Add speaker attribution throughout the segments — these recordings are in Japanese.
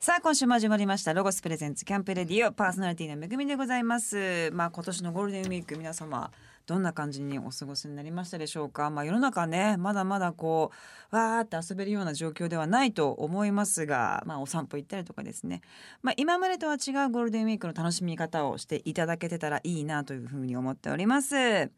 Speaker 1: さあ今週も始まりましたロゴスプレゼンツキャンプレディオパーソナリティのめぐみでございますまあ今年のゴールデンウィーク皆様どんな感じにお過ごしになりましたでしょうかまあ世の中ねまだまだこうわーって遊べるような状況ではないと思いますがまあお散歩行ったりとかですねまあ今までとは違うゴールデンウィークの楽しみ方をしていただけてたらいいなというふうに思っております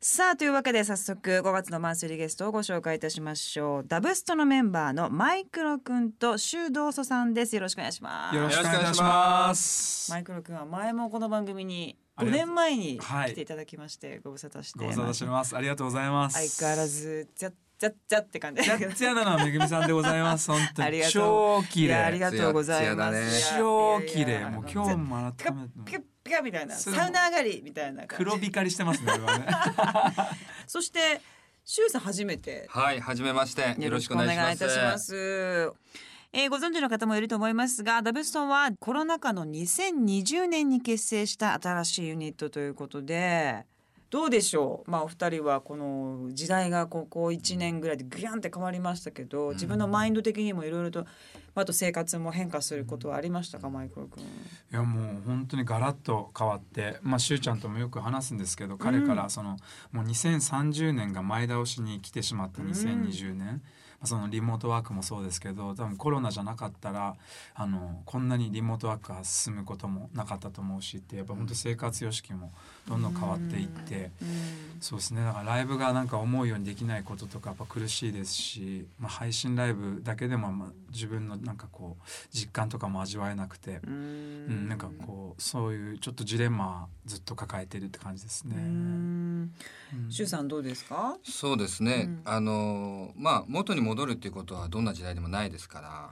Speaker 1: さあというわけで早速5月のマンスリーゲストをご紹介いたしましょうダブストのメンバーのマイクロくんと修道祖さんですよろしくお願いします
Speaker 2: よろしくお願いします。
Speaker 1: マイクロくんは前もこの番組に
Speaker 2: あ
Speaker 1: 5
Speaker 2: りがとう
Speaker 1: 年前に
Speaker 2: はい
Speaker 1: 来ていただきましてご無沙汰して
Speaker 2: ご無沙汰してます。ありがとうございます。
Speaker 1: 相変わら。ずじゃじゃじゃって感じ
Speaker 2: ちゃっちゃなのはめぐみさんでございます。本当
Speaker 1: あり
Speaker 2: に
Speaker 1: がとう
Speaker 2: 超綺
Speaker 1: いやあり
Speaker 2: 麗。
Speaker 1: がとうございます
Speaker 3: ツ
Speaker 2: 超綺
Speaker 1: いやいやい
Speaker 2: 麗。
Speaker 1: や
Speaker 2: もう今日も
Speaker 1: ピカ
Speaker 2: 改めて
Speaker 1: ピカピカみたいな
Speaker 2: そ
Speaker 1: サ
Speaker 2: れも
Speaker 1: ウナ上がりみたいな感じ
Speaker 2: 黒光りしてますね。俺はね
Speaker 1: そして周さん初めて
Speaker 3: はい、はじめまして。よろしくお願いします。
Speaker 1: よろしくお願いいたします。えーご存知の方もいると思いますがダブストンはコロナ禍の2020年に結成した新しいユニットということでどうでしょう、まあ、お二人はこの時代がここ1年ぐらいでグヤンって変わりましたけど自分のマインド的にもいろいろと、まあ、あと生活も変化することはありましたかマイクロ君。
Speaker 2: いやもう本当にガラッと変わって、まあしゅうちゃんともよく話すんですけど、彼からそのもう2030年が前倒しに来てしまった2020年。まあそのリモートワークもそうですけど多分コロナじゃなかったらあのこんなにリモートワークが進むこともなかったと思うしってやっぱ本当生活様式もどんどん変わっていって、そうですねだからライブがなんか思うようにできないこととかやっぱ苦しいですし、まあ、配信ライブだけでもまあ自分のなんかこう実感とかも味わえなくて、うんなんかこうそういうちょっとジレンマずっと抱えてるって感じですね。うん
Speaker 1: 周さんどうですか、
Speaker 3: そうですね。
Speaker 1: うん
Speaker 3: あの、まあ、元に戻るっていうことはどんな時代でもないですから。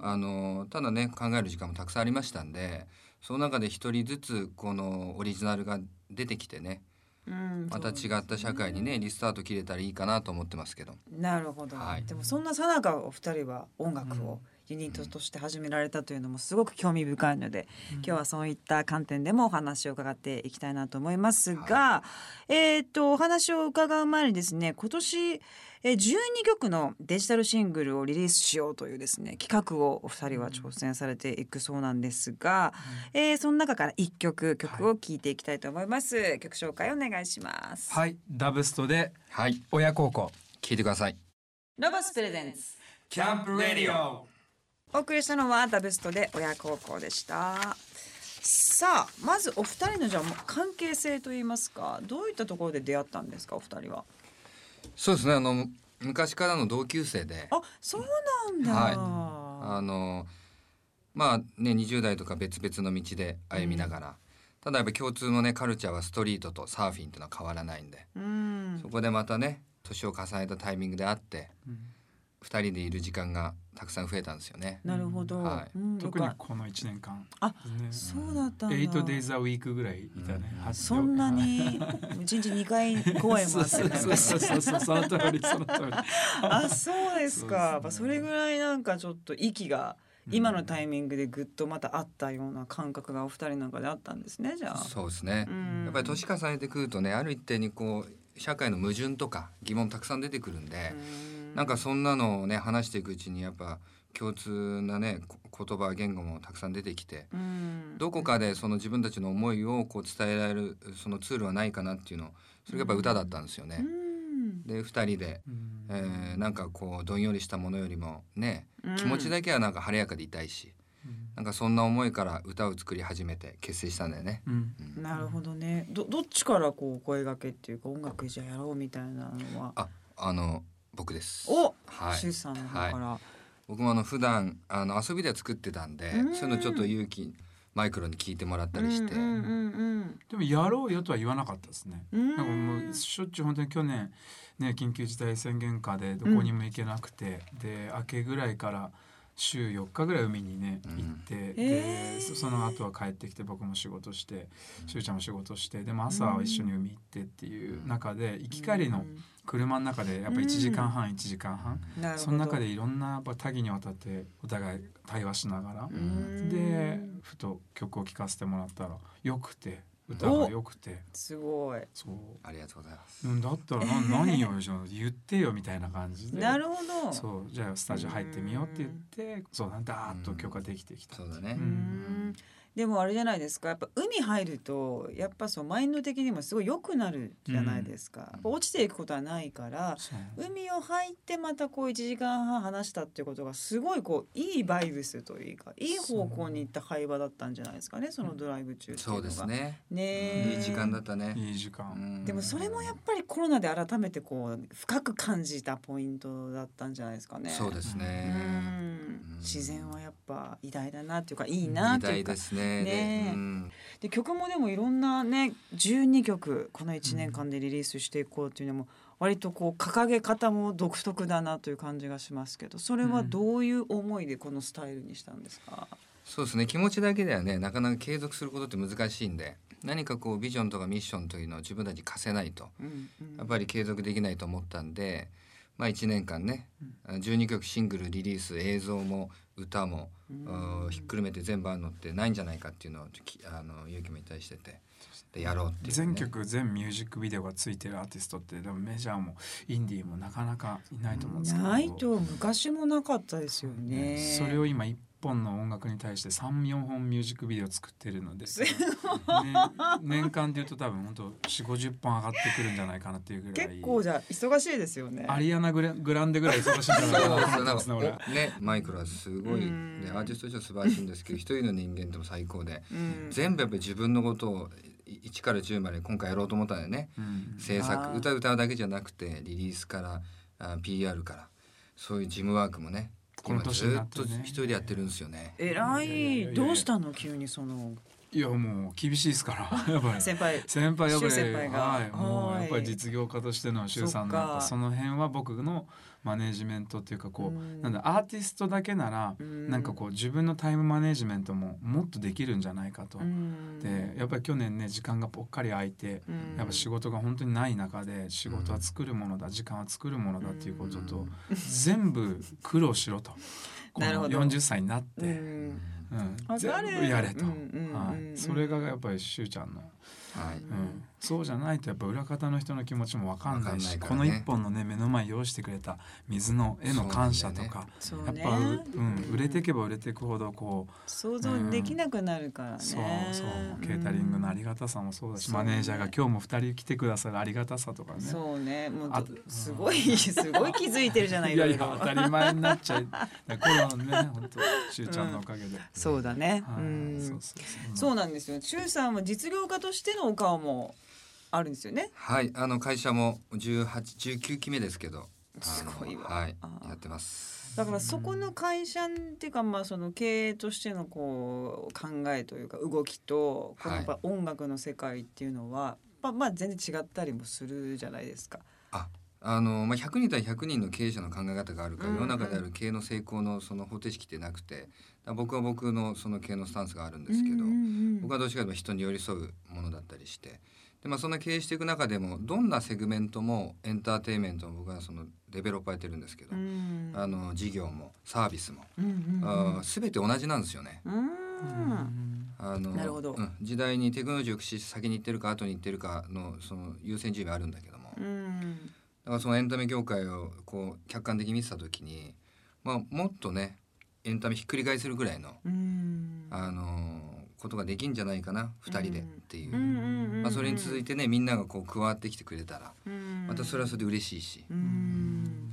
Speaker 3: あの、ただね、考える時間もたくさんありましたんで。その中で一人ずつ、このオリジナルが出てきてね。
Speaker 1: うん
Speaker 3: また違った社会にね、リスタート切れたらいいかなと思ってますけど。
Speaker 1: なるほど、
Speaker 3: はい
Speaker 1: でもそんなさなかお二人は音楽
Speaker 2: う
Speaker 1: をユニットとして始められたというのもすごく興味深いので、今日はそういった観点でもお話を伺っていきたいなと思いますが、えっ、とお話を伺う前にですね今年えー12曲のデジタルシングルをリリースしようというですね企画をお二人は挑戦されていくそうなんですが、えーその中から1曲曲を聴いていきたいと思います、曲紹介お願いします、
Speaker 2: はいダブストで
Speaker 3: はい、
Speaker 2: 親孝行
Speaker 3: 聞いてください。
Speaker 1: ロボスプレゼンツ
Speaker 2: キャンプレディオ
Speaker 1: お送りしたのはダブストで親孝行でしたさあまずお二人のじゃあ関係性といいますかどういったところで出会ったんですかお二人は
Speaker 3: そうですね。あの、昔からの同級生で。
Speaker 1: あそうなんだ、
Speaker 3: はいあのまあね20代とか別々の道で歩みながら、ただやっぱ共通のねカルチャーはストリートとサーフィンというのは変わらないんで、
Speaker 1: うん
Speaker 3: そこでまたね年を重ねたタイミングで会って、二人でいる時間がたくさん増えたんですよね。
Speaker 1: なるほど、
Speaker 3: はいう
Speaker 2: ー
Speaker 1: ん、
Speaker 2: 特に
Speaker 1: よか
Speaker 2: この一年間
Speaker 1: あ
Speaker 2: ですね
Speaker 1: そうだったんだ
Speaker 2: 8days a week ぐらいいたね、八秒
Speaker 1: そんなに一日二回公演も
Speaker 2: そ
Speaker 1: あ
Speaker 2: う
Speaker 1: って
Speaker 2: そうそうそうそうそうその通りその通り
Speaker 1: あそうですか
Speaker 2: そうですね
Speaker 1: それぐらいなんかちょっと息が今のタイミングでぐっとまたあったような感覚がお二人なんかであったんですねじゃあ。
Speaker 3: そうですね、
Speaker 1: うん
Speaker 3: やっぱり年重ねてくるとねある一定にこう社会の矛盾とか疑問たくさん出てくるんで、なんかそんなのをね話していくうちにやっぱ共通なねこ言葉言語もたくさん出てきて、
Speaker 1: うん
Speaker 3: どこかでその自分たちの思いをこう伝えられるそのツールはないかなっていうのそれがやっぱ歌だったんですよね。
Speaker 1: うん
Speaker 3: で2人で、
Speaker 2: う ん
Speaker 3: えーなんかこうどんよりしたものよりもね気持ちだけはなんか晴れやかでいたいし、
Speaker 2: うん
Speaker 3: なんかそんな思いから歌を作り始めて結成したんだよね。
Speaker 2: うん
Speaker 1: なるほどね。どどっちからこう声掛けっていうか音楽じゃやろうみたいなのは。
Speaker 3: ああの僕です
Speaker 1: お、
Speaker 3: はい
Speaker 1: シュウさんの方から。
Speaker 3: 僕もあの普段あの遊びでは作ってたんで
Speaker 1: うん
Speaker 3: そういうのちょっと勇気マイクロに聞いてもらったりして、
Speaker 1: うんうんうん
Speaker 2: でもやろうよとは言わなかったですね。
Speaker 1: うん。
Speaker 2: なんかもうしょっちゅう本当に去年ね緊急事態宣言下でどこにも行けなくて、で明けぐらいから週4日ぐらい海にね
Speaker 3: うん
Speaker 2: 行って、で、
Speaker 1: えー
Speaker 2: そその後は帰ってきて僕も仕事してしゅうちゃんも仕事してでも朝は一緒に海行ってっていう中で行き帰りの車の中でやっぱ1時間半1時間半、
Speaker 1: なるほど
Speaker 2: その中でいろんなやっぱ多岐にわたってお互い対話しながら
Speaker 1: う、ん
Speaker 2: でふと曲を聴かせてもらったらよくて歌が良くて
Speaker 1: すごい。
Speaker 2: そう
Speaker 3: ありがとうございます。
Speaker 2: うんだっ たらな何よじゃあ言ってよみたいな感じで
Speaker 1: なるほど。
Speaker 2: そうじゃあスタジオ入ってみようって言ってそうダーッと許可できてきた
Speaker 3: そうだね
Speaker 1: う
Speaker 2: うん
Speaker 1: んでもあれじゃないですかやっぱ海入るとやっぱそうマインド的にもすごい良くなるじゃないですか、やっぱ落ちていくことはないから
Speaker 2: そう
Speaker 1: 海を入ってまたこう1時間半話したっていうことがすごいこういいバイブスというかいい方向に行った会話だったんじゃないですかねそのドライブ中っていの
Speaker 3: そ
Speaker 1: が
Speaker 3: うですね。
Speaker 1: ねえ
Speaker 3: いい時間だったね。
Speaker 2: いい時間
Speaker 1: でもそれもやっぱりコロナで改めてこう深く感じたポイントだったんじゃないですかね。
Speaker 3: そうです
Speaker 1: う
Speaker 3: ね。
Speaker 1: ん
Speaker 3: うん
Speaker 1: 自然はやっぱ偉大だなっていうかいいな
Speaker 3: 偉
Speaker 1: ってい
Speaker 3: 大
Speaker 1: うか
Speaker 3: ですね。
Speaker 1: ねえ
Speaker 3: でうん
Speaker 1: で曲もでもいろんなね12曲この1年間でリリースしていこうっていうのも割とこう掲げ方も独特だなという感じがしますけどそれはどういう思いでこのスタイルにしたんですか、
Speaker 3: そうですね。気持ちだけではね、なかなか継続することって難しいんで、何かこうビジョンとかミッションというのを自分たちに課せないと、
Speaker 1: うんうん
Speaker 3: やっぱり継続できないと思ったんで、まあ1年間ね、12曲シングルリリース、映像も歌も、うんひっくるめて全部あるのってないんじゃないかっていうのをきあの勇気も対してて、でやろうっていう、ね。
Speaker 2: 全曲全ミュージックビデオがついてるアーティストってでもメジャーもインディーもなかなかいないと思うんですけど
Speaker 1: ないと昔もなかったですよね。
Speaker 2: それを今一本の音楽に対して34本ミュージックビデオ作ってるので、ね年間でいうと多分本当4 5 0本上がってくるんじゃないかなっていうぐらい
Speaker 1: 結構じゃあ忙しいですよね。
Speaker 2: アリアナグラグランデぐらい忙しいんじゃないかなと思ってますね俺。
Speaker 3: ね、マイクロはすごい、ね
Speaker 1: うん、
Speaker 3: アーティストとしては素晴らしいんですけど一人の人間でも最高で
Speaker 1: うん
Speaker 3: 全部やっぱり自分のことをい1から10まで今回やろうと思ったんだよね
Speaker 2: うん
Speaker 3: 制
Speaker 1: あ
Speaker 3: 作
Speaker 1: ー
Speaker 3: 歌歌うだけじゃなくてリリースからあ PR からそういう事務ワークもね
Speaker 2: この
Speaker 3: 今
Speaker 2: 年
Speaker 3: ず
Speaker 2: にな
Speaker 3: っ
Speaker 2: って
Speaker 3: と
Speaker 2: ね
Speaker 3: 一人でやってるんですよね。
Speaker 1: 偉
Speaker 2: いやいやいやい
Speaker 1: い
Speaker 2: や
Speaker 1: どうしたの急にその
Speaker 2: いやもう厳しいです からやっぱり
Speaker 1: 先輩
Speaker 2: 先輩やっぱ
Speaker 1: 周
Speaker 2: り
Speaker 1: 先輩が
Speaker 2: はい、も
Speaker 1: は
Speaker 2: う
Speaker 1: い
Speaker 2: やっぱり実業家としての周さんなん
Speaker 1: そっか
Speaker 2: かその辺は僕のマネジメントっていうかこう、
Speaker 1: うん
Speaker 2: なんだアーティストだけなら、
Speaker 1: うん
Speaker 2: なんかこう自分のタイムマネジメントももっとできるんじゃないかと。
Speaker 1: うん
Speaker 2: でやっぱり去年ね時間がぽっかり空いて、
Speaker 1: うん
Speaker 2: やっぱ仕事が本当にない中で仕事は作るものだ、時間は作るものだっていうことと、全部苦労しろとこ
Speaker 1: なる
Speaker 2: の
Speaker 1: ほど
Speaker 2: 40歳になって、
Speaker 1: うん
Speaker 2: うん
Speaker 1: わか
Speaker 2: 全
Speaker 1: る
Speaker 2: 部やれと、
Speaker 1: うんうんうん
Speaker 2: はい、それがやっぱりしゅうちゃんの、
Speaker 3: はい
Speaker 2: うん、そうじゃないとやっぱ裏方の人の気持ちも分かんないし
Speaker 3: わ
Speaker 2: こ
Speaker 3: かん
Speaker 2: の
Speaker 3: ないからね
Speaker 2: 一本のね目の前に用意してくれた水の絵の感謝とか、
Speaker 1: そう
Speaker 2: や
Speaker 1: ね
Speaker 2: っぱ、うん、売れていけば売れていくほどこう
Speaker 1: 想像できなくなるからね。
Speaker 2: そうそうケータリングのありがたさもそうだし、マネージャーが今日も二人来てくださるありがたさとかね。
Speaker 1: そうね、もう
Speaker 2: あ
Speaker 1: どすごい すごい気づいてるじゃない
Speaker 2: いやいや
Speaker 1: ろろ
Speaker 2: 当たり前になっちゃいコロナのね本当しゅうちゃんのおかげで、
Speaker 1: そうだね。う。
Speaker 2: はいそうんそうそう
Speaker 1: そうなんですよ。中さんは実業家としてのお顔もあるんですよね。
Speaker 3: はい、あの会社も18、19期目ですけど、
Speaker 1: すごいわ
Speaker 3: あのはい
Speaker 1: あー、
Speaker 3: やってます。
Speaker 1: だからそこの会社っていうかまあその経営としてのこう考えというか動きとこのやっぱ音楽の世界っていうのは、まあまあ全然違ったりもするじゃないですか。
Speaker 3: ああのまあ、100人対100人の経営者の考え方があるから、
Speaker 1: うんうん
Speaker 3: 世の中である経営の成功のその方程式ってなくてだから僕は僕のその経営のスタンスがあるんですけど、
Speaker 1: うんうんうん
Speaker 3: 僕はどっちかというと人に寄り添うものだったりしてで、まあ、そんな経営していく中でもどんなセグメントもエンターテインメントも僕はそのデベロッパーやってるんですけど、
Speaker 1: うん
Speaker 3: あの事業もサービスも、
Speaker 1: うんうんうん
Speaker 3: あー全て同じなんですよね。
Speaker 1: うん
Speaker 3: あの
Speaker 1: なるほど
Speaker 3: うん時代にテクノロジーを駆使して先に行ってるか後に行ってるかのその優先順位はあるんだけども、
Speaker 1: うん
Speaker 3: だからそのエンタメ業界をこう客観的に見てた時に、まあ、もっとねエンタメひっくり返せるぐらいの、
Speaker 1: うん
Speaker 3: あのーことができんじゃないかな2人でっていう、まあ、それに続い
Speaker 1: て
Speaker 3: てねみんながこう加わってきてくれたらまたそれはそれで嬉しいし、
Speaker 1: うん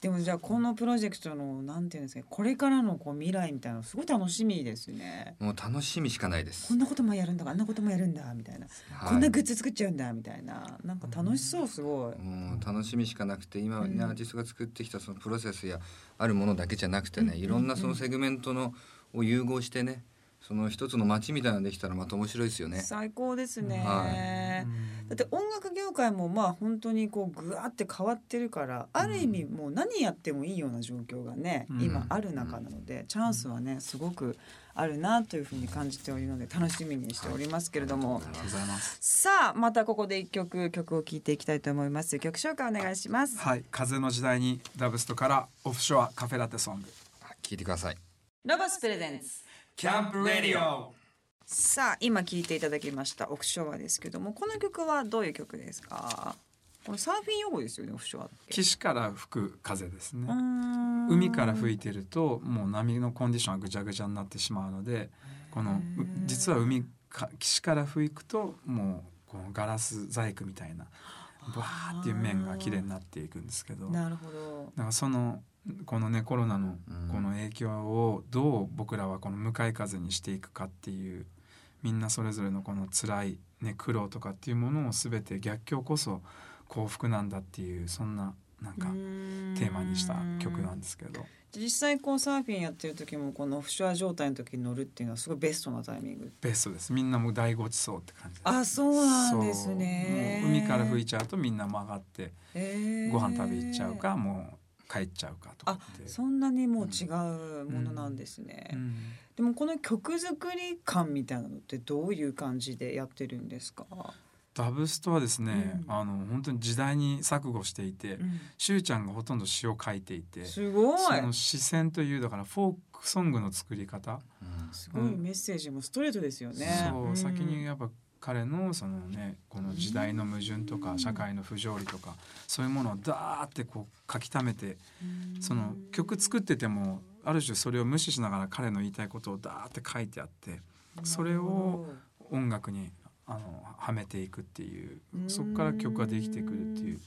Speaker 1: でもじゃあこのプロジェクトのなんていうんですかこれからのこう未来みたいなのすごい楽しみですね。
Speaker 3: もう楽しみしかないで
Speaker 1: こ
Speaker 3: す
Speaker 1: ん。なこともやるんだあんなこともやるんだみたいな、
Speaker 3: はい
Speaker 1: こんなグッズ作っちゃうんだみたいななんか楽しそうすごい。
Speaker 3: もう楽しみしかなくて今はね、
Speaker 1: うん
Speaker 3: アーティストが作ってきたそのプロセスやあるものだけじゃなくてね、いろんなそのセグメントのを融合してねその一つの街みたいなのができたらまた面白いですよね。
Speaker 1: 最高ですね。
Speaker 3: は
Speaker 1: だって音楽業界もまあ本当にこうぐわって変わってるからある意味もう何やってもいいような状況がね、
Speaker 2: うん
Speaker 1: 今ある中なのでチャンスはねすごくあるなというふうに感じておりますので楽しみにしておりますけれども、
Speaker 2: ありがとうございます
Speaker 1: さあまたここで一曲曲を聴いていきたいと思います曲紹介お願いします
Speaker 2: はい風の時代にダブストからオフショアカフェラテソング
Speaker 3: 聞いてください。
Speaker 1: ロバスプレゼンツ
Speaker 2: キャンプレディオ
Speaker 1: さあ今聴いていただきましたオフショアですけどもこの曲はどういう曲ですかこれサーフィン用語ですよねオフショアって
Speaker 2: 岸から吹く風ですね
Speaker 1: うー。ん
Speaker 2: 海から吹いてるともう波のコンディションがぐちゃぐちゃになってしまうのでこのう実は海か岸から吹くともうこのガラス細工みたいなバーっていう面が綺麗になっていくんですけどだか
Speaker 1: なるほど
Speaker 2: らそのこのねコロナの
Speaker 3: うん
Speaker 2: この影響をどう僕らはこの向かい風にしていくかっていうみんなそれぞれのこの辛いね苦労とかっていうものを全て逆境こそ幸福なんだっていうそんななんかテーマにした曲なん
Speaker 1: す
Speaker 2: ですけど。
Speaker 1: 実際こうサーフィンやってる時もこのオフショア状態の時に乗るっていうのはすごいベストなタイミング
Speaker 2: ベストですみんなもう大ごちそうって感じです
Speaker 1: あそうなんですね
Speaker 2: そうもう海から吹いちゃうとみんな曲がって
Speaker 1: えー
Speaker 2: ご飯食べ行っちゃうか、もう帰っちゃうかとかって
Speaker 1: そんなにもう違うものなんですね、
Speaker 2: うん
Speaker 1: でもこの曲作り感みたいなのってどういう感じでやってるんですか、
Speaker 2: ダブストはですね、
Speaker 1: うん
Speaker 2: あの本当に時代に錯誤していて、しゅうちゃんがほとんど詩を書いていて
Speaker 1: すごい
Speaker 2: その視線というだからフォークソングの作り方、
Speaker 3: うん
Speaker 1: すごいメッセージもストレートですよね、
Speaker 2: そう、
Speaker 1: ん
Speaker 2: 先にやっぱ彼のそのねこの時代の矛盾とか、
Speaker 1: うん
Speaker 2: 社会の不条理とかそういうものをダーってこう書き溜めてその曲作っててもある種それを無視しながら彼の言いたいことをダーって書いてあってそれを音楽にあのはめていくっていうそこから曲ができてくるっていう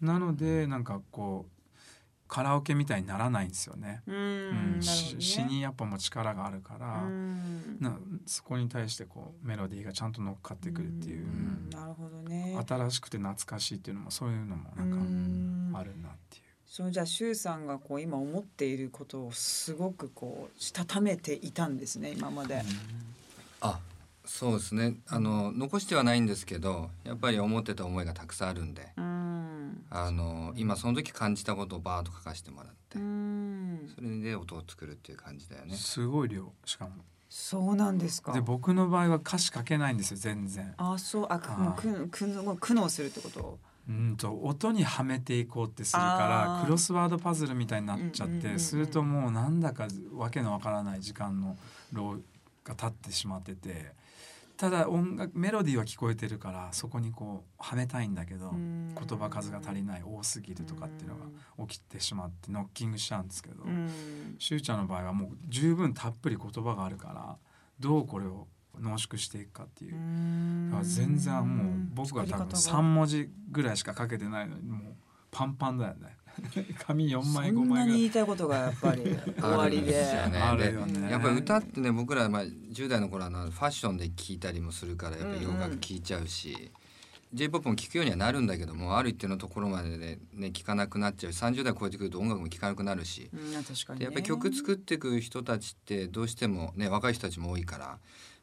Speaker 2: なのでなんかこうカラオケみたいにならないんですよね。
Speaker 1: うん、
Speaker 2: う
Speaker 1: なる
Speaker 2: ん、
Speaker 1: ほどね
Speaker 2: し詩にやっぱもう力があるから、
Speaker 1: うん
Speaker 2: なそこに対してこうメロディーがちゃんと乗っかってくるっていう、
Speaker 1: んなるほどね
Speaker 2: 新しくて懐かしいっていうのもそういうのもな
Speaker 1: うんん
Speaker 2: かあるなっていう。
Speaker 1: そのじゃあ周さんがこう今思っていることをすごくこうしたためていたんですね今まで、
Speaker 3: あそうですねあの残してはないんですけどやっぱり思ってた思いがたくさんあるんで
Speaker 1: うん
Speaker 3: あの今その時感じたことをバーッと書かせてもらって
Speaker 1: うん
Speaker 3: それで音を作るっていう感じだよね。
Speaker 2: すごい量しかも
Speaker 1: そうなんですか
Speaker 2: で僕の場合は歌詞書けないんですよ全然
Speaker 1: あそうあく
Speaker 2: あー
Speaker 1: もうくくもう苦悩するってこと
Speaker 2: うんと音にはめていこうってする
Speaker 1: あ
Speaker 2: か
Speaker 1: ー
Speaker 2: らクロスワードパズルみたいになっちゃっ
Speaker 1: うんうんうんうん
Speaker 2: てするともうなんだかわけのわからない時間の浪が経ってしまっててただ音楽メロディーは聞こえてるからそこにこうはめたいんだけど
Speaker 1: うん
Speaker 2: 言葉数が足りない多すぎるとかっていうのが起きてしまってノッキングしちゃうんですけど
Speaker 1: うん
Speaker 2: しゅうちゃんの場合はもう十分たっぷり言葉があるからどうこれを濃縮していくかっていうだから全然もう僕が多分3文字ぐらいしか書けてないのにもうパンパンだよね 紙4枚
Speaker 1: そ
Speaker 2: 5
Speaker 1: んな
Speaker 2: 枚
Speaker 1: に
Speaker 2: ぐら
Speaker 1: 言
Speaker 2: い
Speaker 1: いたいことがやっぱり終わりで
Speaker 3: あるんですよね
Speaker 2: あるよね
Speaker 1: で
Speaker 3: やっぱり歌ってね僕らまあ10代の頃はあのファッションで聴いたりもするからやっぱり洋楽聴いちゃうし、j p o p も聴くようにはなるんだけどもある一定のところまででね聴かなくなっちゃうし30代超えてくると音楽も聴かなくなるし
Speaker 1: うん確かに、ね、
Speaker 3: でやっぱり曲作っていく人たちってどうしてもね若い人たちも多いから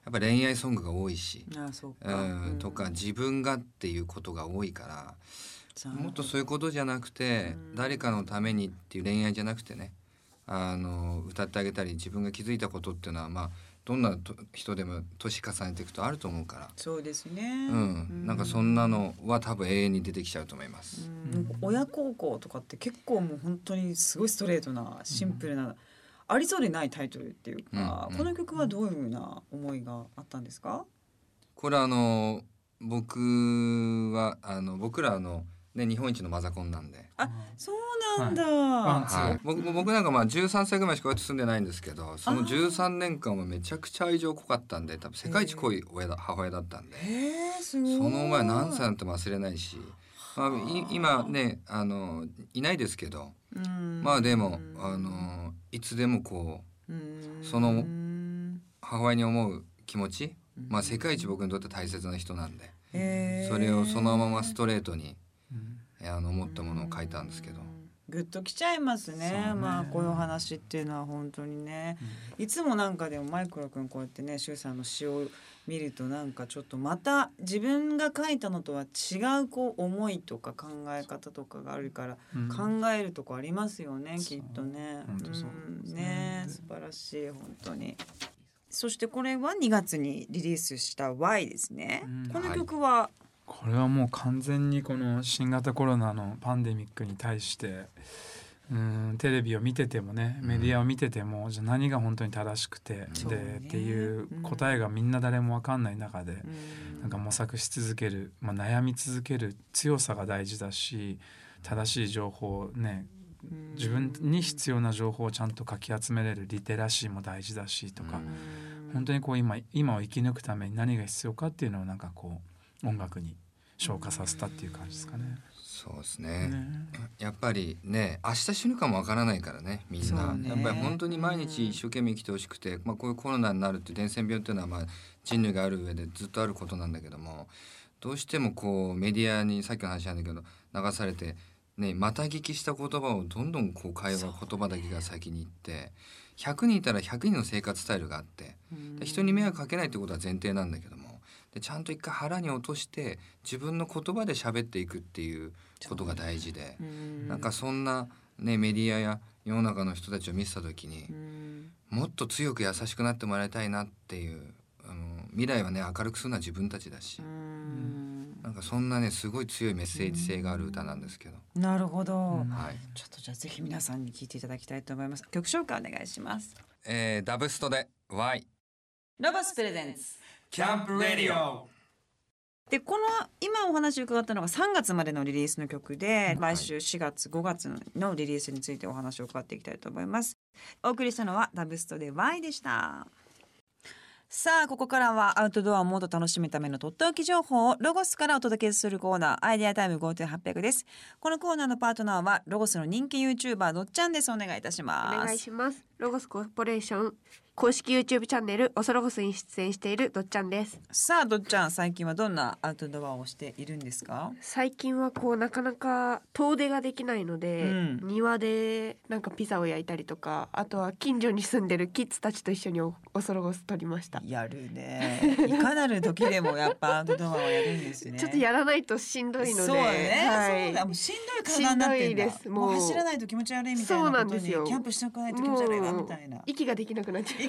Speaker 3: やっぱ恋愛ソングが多いし。
Speaker 1: あそう
Speaker 3: う
Speaker 1: か、
Speaker 3: ん、とか自分がっていうことが多いからもっとそういうことじゃなくて
Speaker 1: うん
Speaker 3: 誰かのためにっていう恋愛じゃなくてねあの歌ってあげたり自分が気づいたことっていうのはまあどんなと人でも年重ねていくとあると思うから、
Speaker 1: そうですね、
Speaker 3: うん、なんかそんなのは多分永遠に出てきちゃうと思いま
Speaker 1: う
Speaker 3: す。
Speaker 1: ん、なんか親孝行とかって結構もう本当にすごいストレートなシンプルな、ありそうでないタイトルっていうか、
Speaker 3: うん
Speaker 1: この曲はどういうふうな思いがあったんですか、
Speaker 3: これあの僕はあの僕らあの、ね、日本一のマザコンなんで、
Speaker 1: あそうなんだ、は
Speaker 2: そう
Speaker 3: はい、僕僕なんかまあ13歳ぐらいしかこうやって住んでないんですけどその13年間はめちゃくちゃ愛情濃かったんで多分世界一濃い親だ母親だったんで。
Speaker 1: えー、すごい
Speaker 3: その前何歳になっても忘れないし、まあ、い今ねあのいないですけど、
Speaker 1: うん
Speaker 3: まあでも
Speaker 1: うん
Speaker 3: あのいつでもこう
Speaker 1: うん
Speaker 3: その
Speaker 1: うん
Speaker 3: 母親に思う気持ち、まあ、世界一僕にとって大切な人なんで、
Speaker 1: へー
Speaker 3: それをそのままストレートに
Speaker 2: うん
Speaker 3: えあの思ったものを書いたんですけど、
Speaker 1: グッときちゃいますね
Speaker 2: そうね
Speaker 1: まあこういうお話っていうのは本当にね、いつもなんかでもマイクロ君こうやってね周さんの詩を見るとなんかちょっとまた自分が書いたのとは違うこう思いとか考え方とかがあるから
Speaker 2: うん
Speaker 1: 考えるとこありますよね、きっとね
Speaker 2: 本当そう
Speaker 1: うんね素晴らしい本当にそしてこれは2月にリリースした Y ですね、
Speaker 2: うん
Speaker 1: この曲は、
Speaker 2: これはもう完全にこの新型コロナのパンデミックに対してうんテレビを見ててもねメディアを見てても、じゃあ何が本当に正しくて
Speaker 3: そう
Speaker 2: で、
Speaker 1: ね
Speaker 2: っていう答えがみんな誰も分かんない中で、なんか模索し続ける、まあ、悩み続ける強さが大事だし正しい情報をね自分に必要な情報をちゃんとかき集めれるリテラシーも大事だしとか、
Speaker 3: うん
Speaker 2: 本当にこう今今を生き抜くために何が必要かっていうのをなんかこう音楽に昇華させたっていう感じですかね。
Speaker 3: そうですね
Speaker 2: ね
Speaker 3: やっぱりね明日死ぬかもわからないからねみん
Speaker 1: そ
Speaker 3: な、
Speaker 1: うね
Speaker 3: やっぱり本当に毎日一生懸命生きてほしくて、まあ、こういうコロナになるっていう伝染病っていうのはまあ人類がある上でずっとあることなんだけどもどうしてもこうメディアにさっきの話なんだけど流されて、ね、また聞きした言葉をどんどんこう会話、言葉だけが先に行って100人いたら100人の生活スタイルがあってで人に迷惑かけないってことは前提なんだけどもでちゃんと一回腹に落として自分の言葉で喋っていくっていうことが大事で。なんかそんな、ね、メディアや世の中の人たちを見せた時にもっと強く優しくなってもらいたいなっていうあの未来はね明るくするのは自分たちだしなんかそんなねすごい強いメッセージ性がある歌なんですけど、
Speaker 1: なるほど。
Speaker 3: はい
Speaker 1: ちょっとじゃあぜひ皆さんに聞いていただきたいと思います。曲紹介お願いします。
Speaker 3: えーダブストで Y
Speaker 1: ロボスプレゼンツ。
Speaker 2: キャンプレディオ
Speaker 1: でこの今お話伺ったのが3月までのリリースの曲で来週4月5月のリリースについてお話を伺っていきたいと思いますお送りしたのはダブストで Y でしたさあここからはアウトドアをもっと楽しむためのとっておき情報をロゴスからお届けするコーナーアイデアタイム5800ですこのコーナーのパートナーはロゴスの人気 YouTuber のっちゃんですお願いいたし
Speaker 4: お
Speaker 1: ます
Speaker 4: 願いしますロゴスコーポレーション公式 YouTube チャンネルおそロゴスに出演しているどっちゃんです
Speaker 1: さあどっちゃん最近はどんなアウトドアをしているんですか
Speaker 4: 最近はこうなかなか遠出ができないので、
Speaker 1: うん
Speaker 4: 庭でなんかピザを焼いたりとかあとは近所に住んでるキッズたちと一緒におおそロゴス撮りました、
Speaker 1: やるね。いかなる時でもやっぱアウ トドアはやるんですね。
Speaker 4: ちょっとやらないとしんどいので
Speaker 1: そうだね、
Speaker 4: はい
Speaker 1: そうだもうしんどい体になってんだ
Speaker 4: しんどいですも
Speaker 1: も
Speaker 4: う
Speaker 1: う走らないと気持ち悪いみたいなことに
Speaker 4: そうなんですよ
Speaker 1: キャンプしておかないと気持ち悪いわみたいな
Speaker 4: 息ができなくなっちゃう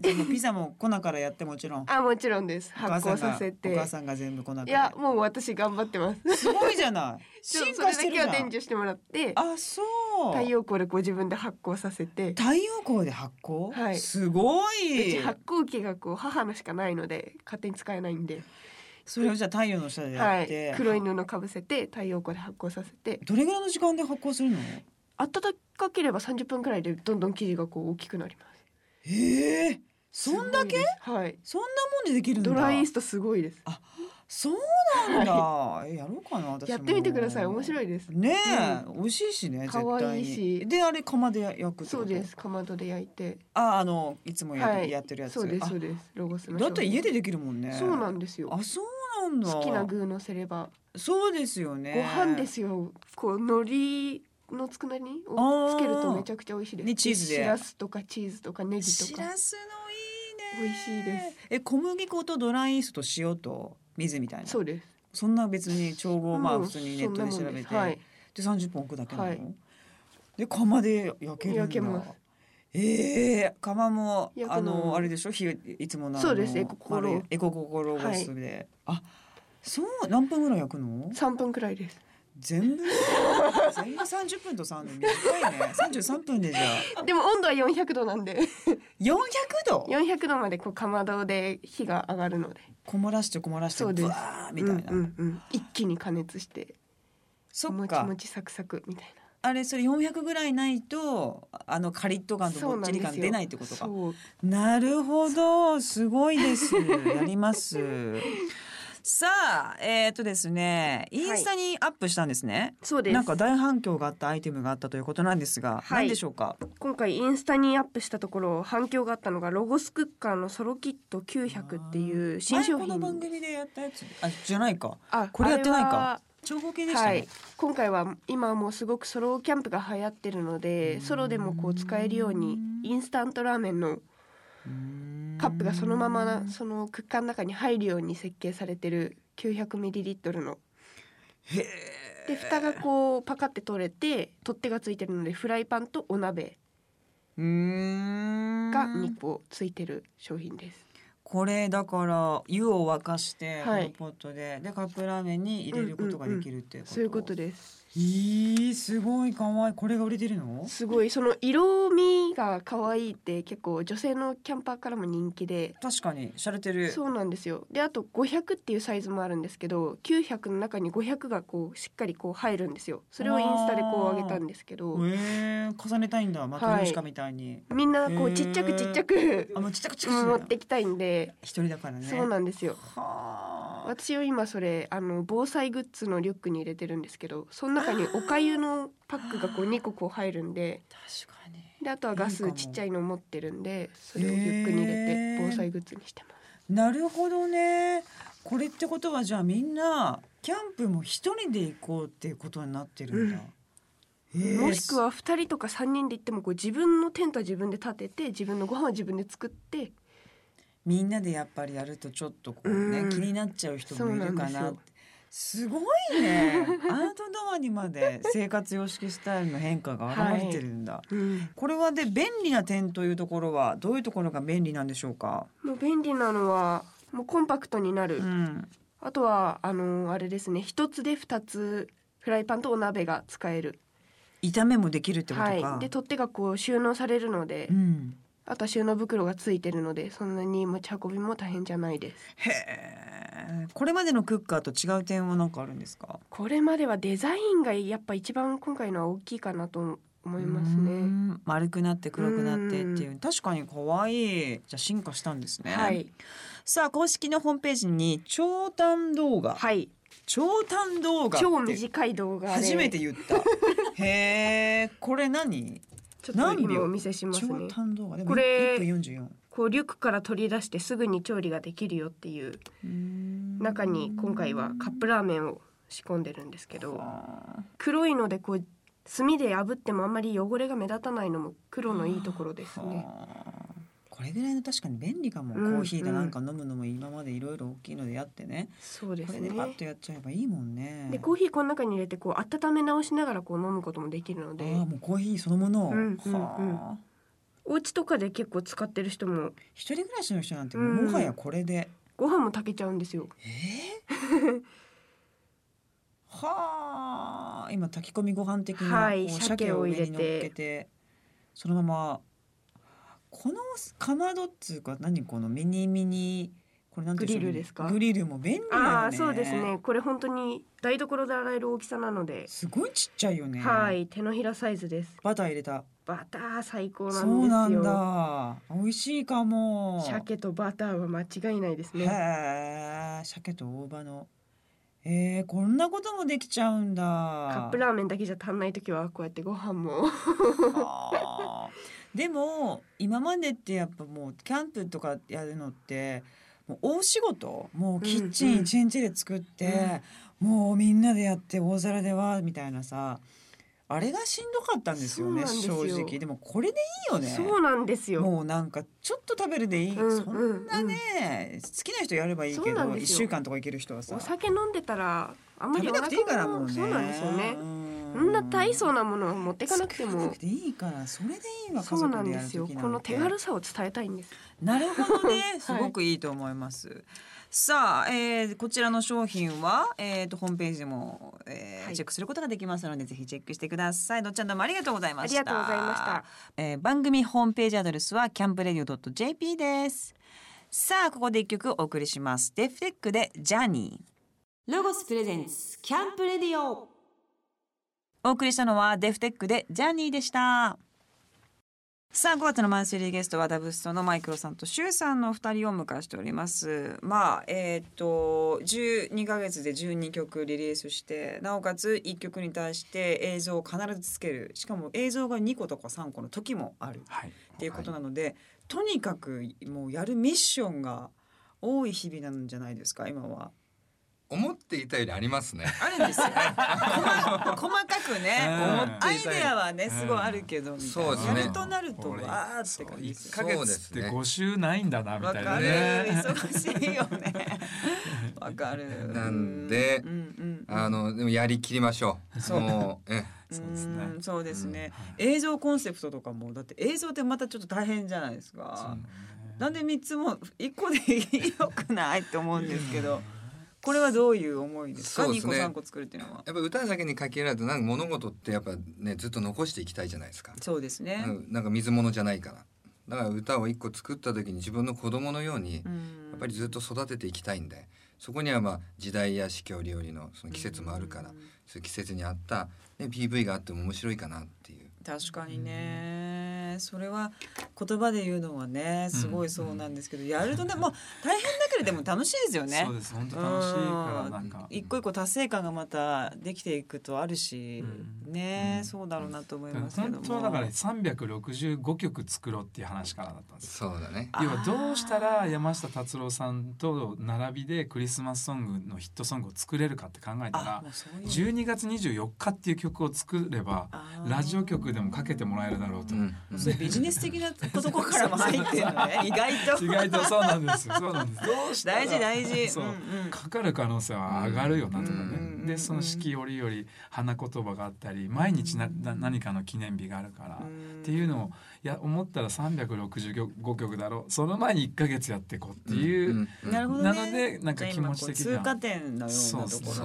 Speaker 1: でもピザも粉からやってもちろん
Speaker 4: あもちろんです
Speaker 1: お母さ
Speaker 4: 発酵
Speaker 1: んが
Speaker 4: させて
Speaker 1: お母さんが全部粉から
Speaker 4: いやもう私頑張ってます
Speaker 1: すごいじゃない
Speaker 4: ちょ
Speaker 1: 進化してるじ
Speaker 4: それだ
Speaker 1: ゃ
Speaker 4: けは伝
Speaker 1: ん
Speaker 4: 授してもらって
Speaker 1: あそう
Speaker 4: 太陽光でこう自分で発酵させて
Speaker 1: 太陽光で発酵、
Speaker 4: はい
Speaker 1: すご
Speaker 4: う
Speaker 1: い
Speaker 4: ち発酵機がこう母のしかないので勝手に使えないんで、
Speaker 1: それをじゃあ太陽の下で
Speaker 4: は
Speaker 1: やっ
Speaker 4: い
Speaker 1: て、、
Speaker 4: 黒い布かぶせて太陽光で発酵させて
Speaker 1: どれぐらいの時間で発酵するの
Speaker 4: 暖かければ30分くらいでどんどん生地がこう大きくなりま
Speaker 1: ええ
Speaker 4: す
Speaker 1: そんだけ
Speaker 4: すごいですはい
Speaker 1: そんなもんでできるんだ
Speaker 4: ドライイーストすごいです
Speaker 1: そうなんだ、えやろうかな私も
Speaker 4: やってみてください面白いです
Speaker 1: ねえ、美味しいしね絶対に
Speaker 4: 可愛いし
Speaker 1: であれ釜で焼くってこと
Speaker 4: そうですかまどで焼いて
Speaker 1: ああのいつもや,、
Speaker 4: はい
Speaker 1: やってるやつ
Speaker 4: そうですそう
Speaker 1: あ
Speaker 4: ですロゴスの
Speaker 1: だったら家で
Speaker 4: で
Speaker 1: できるもんね
Speaker 4: そうなんですよ
Speaker 1: あそうなんだ
Speaker 4: 好きな具のせれば
Speaker 1: そうですよね
Speaker 4: ご飯ですよこう海苔のつくなりをつけるとめちゃくちゃ美味しいです
Speaker 1: ねチーズで
Speaker 4: しらすとかチーズとかネギ
Speaker 1: し
Speaker 4: とから
Speaker 1: すのいいね
Speaker 4: 美味しいです
Speaker 1: え小麦粉とドライイーストと塩と水みたいな
Speaker 4: そうです
Speaker 1: そんな別に調合ま
Speaker 4: う
Speaker 1: あ
Speaker 4: ん
Speaker 1: 普通にネットで調べて、
Speaker 4: そんなもんですはい
Speaker 1: で三十分置くだけなの、
Speaker 4: はい
Speaker 1: で釜で焼けるんだ
Speaker 4: 焼けます
Speaker 1: ええ釜も
Speaker 4: 焼くの
Speaker 1: あのあれでしょ火いつものあの
Speaker 4: そうですエココロ
Speaker 1: 丸いエコココロゴスで、あそう何分ぐらい焼くの
Speaker 4: 3分くらいです
Speaker 1: 全 部全部三十分と三分短いね三十三分でじゃあ
Speaker 4: でも温度は400度なんで
Speaker 1: 四百度
Speaker 4: 400度までこうかまどで火が上がるので
Speaker 1: こもらしてこもらして
Speaker 4: そうです
Speaker 1: ブワーみたいな、
Speaker 4: うんうんうん、一気に加熱して
Speaker 1: そ
Speaker 4: も
Speaker 1: っ
Speaker 4: ち
Speaker 1: か
Speaker 4: もちサクサクみたい
Speaker 1: あれそれ四百ぐらいないとあのカリッと
Speaker 4: な
Speaker 1: 感ともっちり感出ないってことか
Speaker 4: そう
Speaker 1: なるほど、すごい です。やります。さあ、えっ、とですね、インスタにアップしたんですね。
Speaker 4: そうです
Speaker 1: なんか大反響があったアイテムがあったということなんですが、
Speaker 4: はい
Speaker 1: 何でしょうか。
Speaker 4: 今回インスタにアップしたところ反響があったのがロゴスクッカーのソロキット900っていう新商
Speaker 1: 前この番
Speaker 4: 品
Speaker 1: 組でやったやつ、あ、じゃないか。
Speaker 4: あ
Speaker 1: これやってない
Speaker 4: あは
Speaker 1: か。長方形でしたね。
Speaker 4: はい、今回は今もうすごくソロキャンプが流行ってるのでソロでもこう使えるようにインスタントラーメンのカップがそのままなそのクッカーの中に入るように設計されてる 900ml の。で蓋がこうパカって取れて取っ手がついてるのでフライパンとお鍋
Speaker 1: うーん。
Speaker 4: が2個ついてる商品です。
Speaker 1: これだから湯を沸かして、
Speaker 4: はい
Speaker 1: このポットででカップラーメンに入れることができるっていうこと、
Speaker 4: そういうことです。
Speaker 1: いいすごい可愛いこれが売れてるの？
Speaker 4: すごいその色味が可愛いって結構女性のキャンパーからも人気で
Speaker 1: 確かに洒落てる。
Speaker 4: そうなんですよであと500っていうサイズもあるんですけど900の中に500がこうしっかりこう入るんですよそれをインスタでこう上げたんですけど
Speaker 1: えー、重ねたいんだま
Speaker 4: は
Speaker 1: た
Speaker 4: い
Speaker 1: ヨシカみたいに。
Speaker 4: みんなこうちっちゃくちっちゃく
Speaker 1: あもうちっちゃくちっちゃく
Speaker 4: 持ってきたいんで
Speaker 1: 一人だからね。
Speaker 4: そうなんですよ
Speaker 1: はあ。
Speaker 4: 私は今それあの防災グッズのリュックに入れてるんですけどその中におかゆのパックがこう2個こう入るんで
Speaker 1: 確かに。
Speaker 4: であとはガ
Speaker 1: いい
Speaker 4: ス
Speaker 1: かも
Speaker 4: ちっちゃいの持ってるんでそれをリュックに入れ
Speaker 1: へ
Speaker 4: て
Speaker 1: ー
Speaker 4: 防災グッズにしてます。
Speaker 1: なるほどね。これってことはじゃあみんなキャンプも一人で行こうっていうことになってるんだ。へー
Speaker 4: もしくは2人とか3人で行ってもこう自分のテントは自分で立てて自分のご飯は自分で作って
Speaker 1: みんなでやっぱりやるとちょっとこうね、
Speaker 4: うん
Speaker 1: 気になっちゃう人もいるか
Speaker 4: そう
Speaker 1: な
Speaker 4: な
Speaker 1: っ
Speaker 4: ん
Speaker 1: てすごいねアウトドアにまで生活様式スタイルの変化が現れてるんだ、これはで便利な点というところはどういうところが便利なんでしょうか、
Speaker 4: もう便利なのはもうコンパクトになる、
Speaker 1: うん、
Speaker 4: あとはあのーあれですね1つで2つフライパンとお鍋が使える
Speaker 1: 炒めもできるってことか、
Speaker 4: はい、で取っ手がこう収納されるので、
Speaker 1: うん、
Speaker 4: あとは収納袋がついてるのでそんなに持ち運びも大変じゃないです
Speaker 1: へえこれまでのクッカーと違う点は何かあるんですか
Speaker 4: これまではデザインがやっぱ一番今回のは大きいかなと思います
Speaker 1: う
Speaker 4: ね
Speaker 1: ん丸くなって黒くなってっていう確かに可愛いじゃあ進化したんですね、
Speaker 4: はい
Speaker 1: さあ公式のホームページに長短動画
Speaker 4: はい
Speaker 1: 長短動画って
Speaker 4: 超短い動画で
Speaker 1: 初めて言った へえこれ何
Speaker 4: ちょっと
Speaker 1: 何秒
Speaker 4: 今お見せします
Speaker 1: 長
Speaker 4: ね
Speaker 1: 短動画でも
Speaker 4: これ
Speaker 1: 1分44
Speaker 4: こうリュックから取り出してすぐに調理ができるよっていう
Speaker 1: うーん
Speaker 4: 中に今回はカップラーメンを仕込んでるんですけど
Speaker 1: はあ
Speaker 4: 黒いのでこう炭で炙ってもあんまり汚れが目立たないのも黒のいいところですね。
Speaker 1: はあこれぐらいの確かに便利かも、
Speaker 4: うん
Speaker 1: コーヒーだなんか飲むのも今までいろいろ大きいのでやってね
Speaker 4: そうで
Speaker 1: こ
Speaker 4: す
Speaker 1: れでパ
Speaker 4: ね
Speaker 1: ッとやっちゃえばいいもんね
Speaker 4: でコーヒーこの中に入れてこう温め直しながらこう飲むこともできるので
Speaker 1: ああもうコーヒーそのものを、
Speaker 4: うんうんうん
Speaker 1: はあ
Speaker 4: お家とかで結構使ってる人も
Speaker 1: 一人暮らしの人なんて
Speaker 4: うん
Speaker 1: もはやこれで、
Speaker 4: ご飯も炊けちゃうんですよ。
Speaker 1: えーはあ今炊き込みご飯的な、
Speaker 4: はい
Speaker 1: こう
Speaker 4: 鮭を
Speaker 1: 上
Speaker 4: 入れ
Speaker 1: に
Speaker 4: て
Speaker 1: 乗っけてそのままこのかまどっつうか何このミニミニこれなんていうんしょう
Speaker 4: グリルですか
Speaker 1: グリルも便利だよね
Speaker 4: ああそうですねこれ本当に台所で洗える大きさなので、
Speaker 1: すごいちっちゃいよね
Speaker 4: はい手のひらサイズです。
Speaker 1: バター入れた
Speaker 4: バター最高
Speaker 1: そ
Speaker 4: な
Speaker 1: うなん
Speaker 4: です
Speaker 1: ん
Speaker 4: よ。
Speaker 1: だ美味しいかも
Speaker 4: 鮭とバターは間違いないですね。
Speaker 1: へえ鮭と大葉のえー、こんなこともできちゃうんだ
Speaker 4: カップラーメンだけじゃ足んない時はこうやってご飯も
Speaker 1: あーでも今までってやっぱもうキャンプとかやるのってもう大仕事もうキッチ
Speaker 4: うん
Speaker 1: ン
Speaker 4: うん
Speaker 1: 一日で作って、もうみんなでやって大皿ではみたいなさあれがしんどかったんですよね
Speaker 4: そうなんですよ
Speaker 1: 正直でもこれでいいよね
Speaker 4: そうなんですよ。
Speaker 1: もうなんかちょっと食べるでいい、
Speaker 4: うん
Speaker 1: そんなね、好きな人やればいい
Speaker 4: そ
Speaker 1: け
Speaker 4: うなん
Speaker 1: ど
Speaker 4: です
Speaker 1: 一
Speaker 4: よ
Speaker 1: 週間とかいける人はさ
Speaker 4: お酒飲んでたらあんま
Speaker 1: 食
Speaker 4: り
Speaker 1: べ
Speaker 4: お
Speaker 1: なく
Speaker 4: 腹
Speaker 1: ていいからもうね
Speaker 4: そうなんですよね。そ
Speaker 1: うん
Speaker 4: な大層なものは持っ
Speaker 1: で
Speaker 4: ていかなくても。
Speaker 1: いいからそれでいいわ家
Speaker 4: そうな
Speaker 1: 族
Speaker 4: ん
Speaker 1: で
Speaker 4: で
Speaker 1: やる
Speaker 4: す
Speaker 1: 時な
Speaker 4: よ。
Speaker 1: んて
Speaker 4: この手軽さを伝えたいんです。
Speaker 1: なるほど ね
Speaker 4: い
Speaker 1: すごくいいと思います、さあ、えーこちらの商品は、えー、とホームページでも、えー
Speaker 4: はい
Speaker 1: チェックすることができますのでぜひチェックしてくださいどっちゃんどうもありがとうござい
Speaker 4: あ
Speaker 1: ました
Speaker 4: りがとうございました。
Speaker 1: えー番組ホームページアドレスはキャンプレディオ .jp ですさあここで一曲お送りしますデフテックでジャーニーロゴスプレゼンスキャンプレディオお送りしたのはデフテックでジャーニーでしたさあ5月のマンスリーゲストはダブストのマイクロさんとシュウさんのお二人をお迎えしておりますまあえっ、と12ヶ月で12曲リリースしてなおかつ1曲に対して映像を必ずつけるしかも映像が2個とか3個の時もある
Speaker 2: はい
Speaker 1: っていうことなので、とにかくもうやるミッションが多い日々なんじゃないですか今は。
Speaker 3: 思っていたよりあります ね。
Speaker 1: あるんですよ 細細かくね、
Speaker 2: うん
Speaker 1: アイデアはね
Speaker 2: うん
Speaker 1: すごいあるけどみたい
Speaker 3: そ
Speaker 1: な、
Speaker 3: うですね
Speaker 1: やるとなると
Speaker 2: 俺
Speaker 1: わーって感じです
Speaker 2: 一
Speaker 1: よ
Speaker 2: ヶ
Speaker 3: そうで
Speaker 2: 月
Speaker 3: す
Speaker 2: って
Speaker 3: ね
Speaker 2: 5週ないんだなみ
Speaker 1: わ
Speaker 2: たいな
Speaker 1: かる、
Speaker 2: ね。
Speaker 1: 忙しいよ ねわかる
Speaker 3: なんで
Speaker 1: うんうんうん
Speaker 3: あのでもやりきりましょう。
Speaker 1: そう
Speaker 3: もうえ
Speaker 2: そうですね
Speaker 1: うんそうですね、
Speaker 2: うん
Speaker 1: 映像コンセプトとかもだって映像ってまたちょっと大変じゃないですか
Speaker 2: そうね
Speaker 1: なんで三つも一個でよくないと思うんですけど、これはどういう思いですか
Speaker 3: そう
Speaker 1: 二
Speaker 3: です
Speaker 1: 個
Speaker 3: ね
Speaker 1: 三個作るっていうのは
Speaker 3: やっぱ歌だけに限らずなんか物事ってやっぱねずっと残していきたいじゃないですか、
Speaker 1: そうですね
Speaker 3: うんなんか水物じゃないからだから歌を一個作った時に自分の子供のように
Speaker 1: うん
Speaker 3: やっぱりずっと育てていきたいんでそこにはまあ時代や四季折々のその季節もあるから
Speaker 1: うん
Speaker 3: そういう季節に合った、ね、PV があっても面白いかなっていう
Speaker 1: 確かにねそれは言葉で言うのはねすごいそうなんですけどやるとねもう大変だけれども楽しいですよね
Speaker 2: そうです本当楽しいからなんか
Speaker 1: 一個一個達成感がまたできていくとあるし
Speaker 2: うん
Speaker 1: ね
Speaker 3: うん
Speaker 1: そうだろうなと思いますけども
Speaker 2: 本当はだから365曲作ろうっていう話からだったんです
Speaker 3: そうだね
Speaker 1: あー
Speaker 2: 要はどうしたら山下達郎さんと並びでクリスマスソングのヒットソングを作れるかって考えた
Speaker 1: あ
Speaker 2: ら
Speaker 1: もうそういう
Speaker 2: 12月24日っていう曲を作れば
Speaker 1: あー
Speaker 2: ラジオ局でもかけてもらえるだろうと
Speaker 3: うんうん
Speaker 1: そういうビジネス的なとこからも入ってるのね意外と
Speaker 2: 意外とそうなん ですよそうなんですどうしたら
Speaker 1: 大事大事
Speaker 2: そう
Speaker 1: うんうん
Speaker 2: かかる可能性は上がるよなとかね、
Speaker 1: うん
Speaker 2: でその四季折々花言葉があったり毎日なな何かの記念日があるから、っていうのをいや思ったら365曲だろうその前に1ヶ月やってこうっていう、
Speaker 3: んん
Speaker 1: なるほどね
Speaker 2: なのでなんか気持ち的
Speaker 1: じゃあ
Speaker 2: な
Speaker 1: 今こう通過点のようなところで
Speaker 3: そうそうそ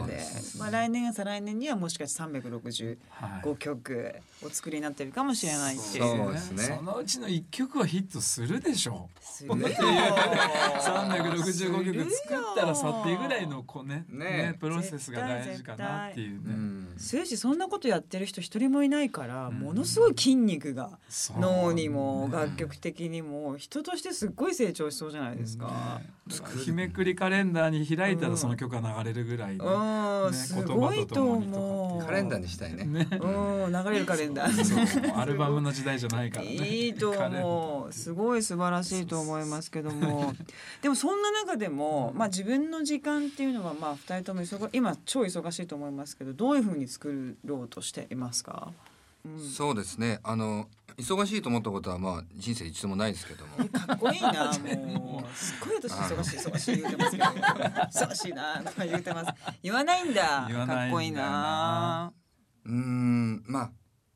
Speaker 3: う
Speaker 1: まあ来年や再来年にはもしかして365
Speaker 2: はい
Speaker 1: 曲お作りになってるかもしれないってい
Speaker 3: そう
Speaker 1: う。
Speaker 3: ですね
Speaker 2: そのうちの1曲はヒットするでしょ
Speaker 1: するよ
Speaker 2: う365曲作ったらさっていうぐらいのこうね
Speaker 3: ね
Speaker 2: ねプロセスが大事かなっていうね、
Speaker 3: うん
Speaker 1: するしそんなことやってる人一人もいないから
Speaker 2: うん
Speaker 1: ものすごい筋肉が
Speaker 2: そう
Speaker 1: 脳にも楽曲的にも人としてすっごい成長しそうじゃないですか。
Speaker 2: うん日めくりカレンダーに開いたらその曲が流れるぐらいね、
Speaker 1: うん、
Speaker 2: ね
Speaker 1: すごいと
Speaker 2: 言葉と共
Speaker 1: 思
Speaker 2: に
Speaker 1: う。
Speaker 2: と
Speaker 3: カレンダーにしたいね
Speaker 2: ね
Speaker 1: うん流れるカレンダ ー。
Speaker 2: そうアルバムの時代じゃないからね
Speaker 1: いいと
Speaker 2: カレンダ
Speaker 1: 思
Speaker 2: ー
Speaker 1: う
Speaker 2: ってい
Speaker 1: すごい素晴らしいと思いますけども でもそんな中でも、まあ、自分の時間っていうのはまあ2人とも忙今超忙しいと思いますけどどういうふうに作ろうとしていますか、うん、
Speaker 3: そうですねあの忙しいと思ったことはまあ人生一度もないですけども
Speaker 1: かっこいいなもうすっごい私忙しい忙しい言うてますけど忙しいなとか言うてます言わないんだ
Speaker 2: 言わ
Speaker 1: か
Speaker 2: ない
Speaker 1: っ
Speaker 2: んだよな
Speaker 1: こいいな
Speaker 3: うーんまあ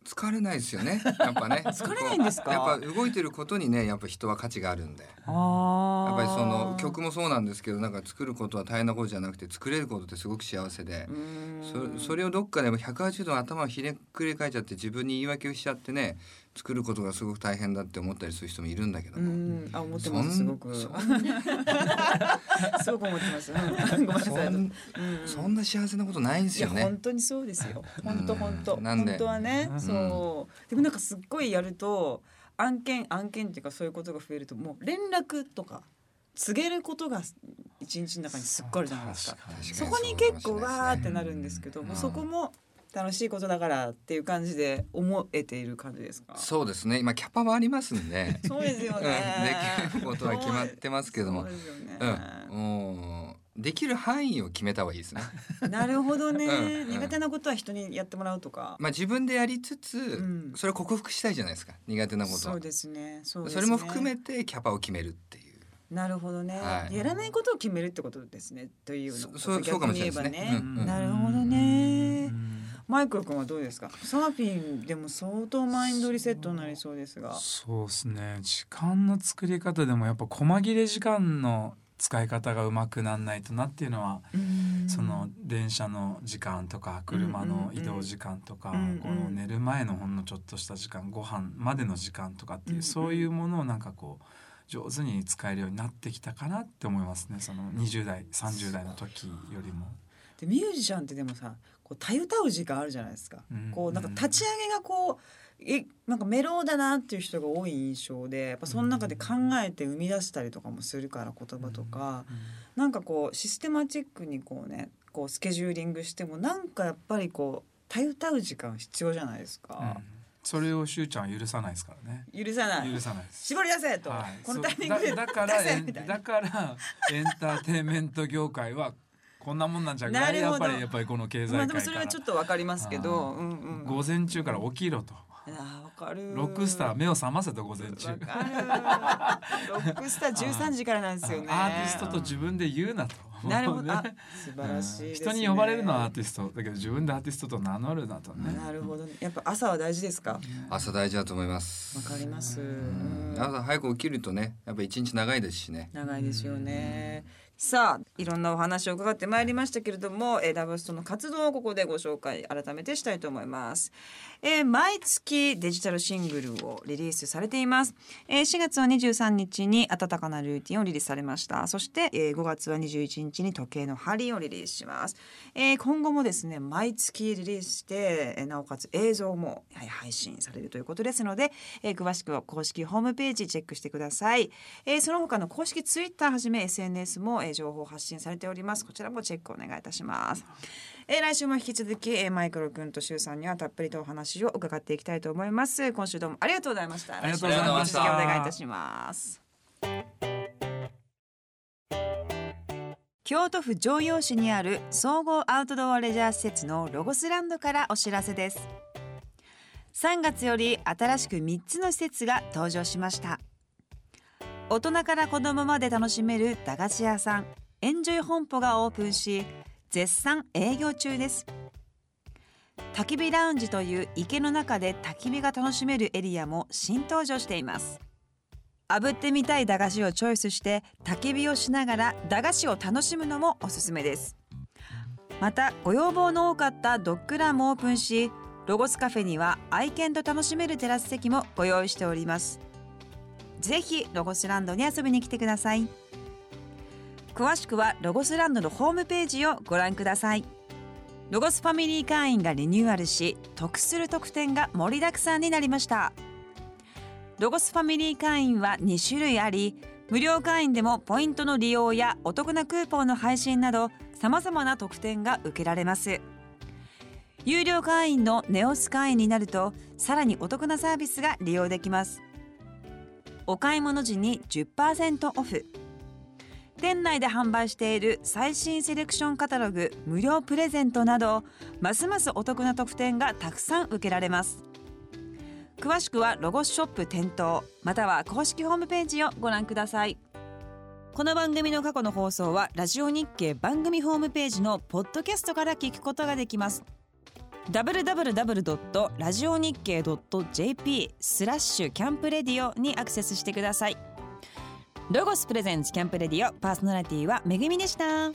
Speaker 3: 疲れないですよねやっぱね
Speaker 1: 疲れないんですか
Speaker 3: やっぱ動いてることにねやっぱ人は価値があるんで
Speaker 1: あー
Speaker 3: やっぱりその曲もそうなんですけどなんか作ることは大変なことじゃなくて作れることってすごく幸せで
Speaker 1: う、ーん
Speaker 3: そそれをどっかでも180度頭をひねくり返っちゃって自分に言い訳をしちゃってね作ることがすごく大変だって思ったりする人もいるんだけど
Speaker 1: う
Speaker 3: も、
Speaker 1: んあ思って
Speaker 3: そ
Speaker 1: ま
Speaker 3: ん
Speaker 1: すすごく
Speaker 3: そ
Speaker 1: す
Speaker 3: ん
Speaker 1: ごく思って ますうんごめんな
Speaker 3: そ
Speaker 1: さい
Speaker 3: ん
Speaker 1: うん
Speaker 3: そんな幸せなことないんですよ
Speaker 1: いや
Speaker 3: ね
Speaker 1: 本。当にそうですよ。
Speaker 3: うん
Speaker 1: 本当本当。
Speaker 3: なんで
Speaker 1: 本当はね、
Speaker 2: うん
Speaker 1: そう。でもなんかすっごいやると案件案件っていうかそういうことが増えるともう連絡とか告げることが一日の中にすっごいあるじゃないですか。
Speaker 2: 確かに
Speaker 3: 確
Speaker 1: そ
Speaker 3: かに
Speaker 1: こに結構
Speaker 3: そうかもしれ
Speaker 1: わ
Speaker 3: な
Speaker 1: ー
Speaker 3: い
Speaker 1: っ
Speaker 3: ですね
Speaker 1: てなるんですけど、
Speaker 3: うん
Speaker 1: もうそこも楽しいことだからっていう感じで思えている感じですか。
Speaker 3: そうですね今キャパもあります んで
Speaker 1: そうですよ
Speaker 3: うん
Speaker 1: ね。
Speaker 3: できることは決まってますけども
Speaker 1: そうですよね。
Speaker 3: うん、もうできる範囲を決めた方がいいで すね。
Speaker 1: なるほどね。
Speaker 3: うんうん
Speaker 1: 苦手なことは人にやってもらうとか。
Speaker 3: まあ自分でやりつつ、
Speaker 1: ん
Speaker 3: それを克服したいじゃないですか苦手なことは
Speaker 1: そうですね。そうです
Speaker 3: そ
Speaker 1: ね
Speaker 3: れも含めてキャパを決めるっていう。
Speaker 1: なるほどね、
Speaker 3: はい
Speaker 1: やらないことを決めるってことですねというの
Speaker 3: そそうそうかもしれないです
Speaker 1: 逆に
Speaker 3: ね
Speaker 1: 言えば
Speaker 3: うん
Speaker 2: うん
Speaker 1: なるほどねマイクロ君はどうですかサーフィンでも相当マインドリセットになりそうですが
Speaker 2: そうですね時間の作り方でもやっぱ細切れ時間の使い方がうまくなんないとなっていうのは、その電車の時間とか車の移動時間とか、
Speaker 1: うんうんうん
Speaker 2: この寝る前のほんのちょっとした時間ご飯までの時間とかっていう、
Speaker 1: うんうん
Speaker 2: そういうものをなんかこう上手に使えるようになってきたかなって思いますねその20代30代の時よりも。
Speaker 1: でミュージシャンってでもさこうたゆたう時間あるじゃないですか、
Speaker 2: うん
Speaker 1: こうなんか立ち上げがこうえなんかメロウだなっていう人が多い印象でやっぱその中で考えて生み出したりとかもするから言葉とか、なんかこうシステマチックにこうねこうスケジューリングしてもなんかやっぱりこうたゆたう時間必要じゃないですか
Speaker 2: う、んそれをしゅうちゃんは許さないですからね
Speaker 1: 許さない
Speaker 2: 許さないです
Speaker 1: 絞り出せと、
Speaker 2: はい
Speaker 1: この
Speaker 2: そ
Speaker 1: タ
Speaker 2: う
Speaker 1: イミングで
Speaker 2: だだから
Speaker 1: 出
Speaker 2: エ
Speaker 1: せ
Speaker 2: ン
Speaker 1: みたいな
Speaker 2: だからエンターテインメント業界はこんなもんなんじゃな
Speaker 1: ないる
Speaker 2: や
Speaker 1: ほ
Speaker 2: っ
Speaker 1: ど
Speaker 2: ぱりやっぱりこの経済
Speaker 1: まあ
Speaker 2: 界
Speaker 1: でも
Speaker 2: から
Speaker 1: それはちょっとわかりますけど、うんうん、
Speaker 2: 午前中から起きろと
Speaker 1: あーわかる
Speaker 2: ロックスター目を覚ませと午前中
Speaker 1: わかるロックスター十三時からなんですよね
Speaker 2: アーティストと自分で言うなと
Speaker 1: なるほど、
Speaker 2: ね
Speaker 1: あ素晴らしいです、ね
Speaker 2: 人に呼ばれるのはアーティストだけど自分でアーティストと名乗るなとね
Speaker 1: なるほど、ね、やっぱ朝は大事ですかわ
Speaker 3: 朝大事だと思います。
Speaker 1: かります、う
Speaker 3: うん
Speaker 1: ん
Speaker 3: 朝早く起きるとねやっぱ一日長いですしね。
Speaker 1: 長いですよね。さあいろんなお話を伺ってまいりましたけれども、えー、ダブストの活動をここでご紹介改めてしたいと思います、えー毎月デジタルシングルをリリースされています、えー4月は23日に温かなルーティンをリリースされましたそして、えー5月は21日に時計の針をリリースします、えー今後もですね毎月リリースしてえーなおかつ映像もはい配信されるということですので、えー詳しくは公式ホームページチェックしてください、えーその他の公式ツイッターはじめ SNS も、えー情報発信されておりますこちらもチェックお願いいたしますえー来週も引き続き、えーマイクロ君とシュウさんにはたっぷりとお話を伺っていきたいと思います今週どうもありがとうございました
Speaker 2: ありがとうございました
Speaker 1: 来週も引き続きお願いいたします京都府城陽市にある総合アウトドアレジャー施設のロゴスランドからお知らせです3月より新しく3つの施設が登場しました大人から子供まで楽しめる駄菓子屋さんエンジョイ本舗がオープンし絶賛営業中です焚き火ラウンジという池の中で焚き火が楽しめるエリアも新登場しています炙ってみたい駄菓子をチョイスして焚き火をしながら駄菓子を楽しむのもおすすめですまたご要望の多かったドッグランもオープンしロゴスカフェには愛犬と楽しめるテラス席もご用意しておりますぜひロゴスランドに遊びに来てください詳しくはロゴスランドのホームページをご覧くださいロゴスファミリー会員がリニューアルし得する特典が盛りだくさんになりましたロゴスファミリー会員は2種類あり無料会員でもポイントの利用やお得なクーポンの配信などさまざまな特典が受けられます有料会員のネオス会員になるとさらにお得なサービスが利用できますお買い物時に10%オフ店内で販売している最新セレクションカタログ無料プレゼントなどますますお得な特典がたくさん受けられます詳しくはロゴスショップ店頭または公式ホームページをご覧くださいこの番組の過去の放送はラジオ日経番組ホームページのポッドキャストから聞くことができます www.radionickei.jp スラッシュキャンプレディオにアクセスしてくださいロゴスプレゼンツキャンプレディオパーソナリティはめぐみでした。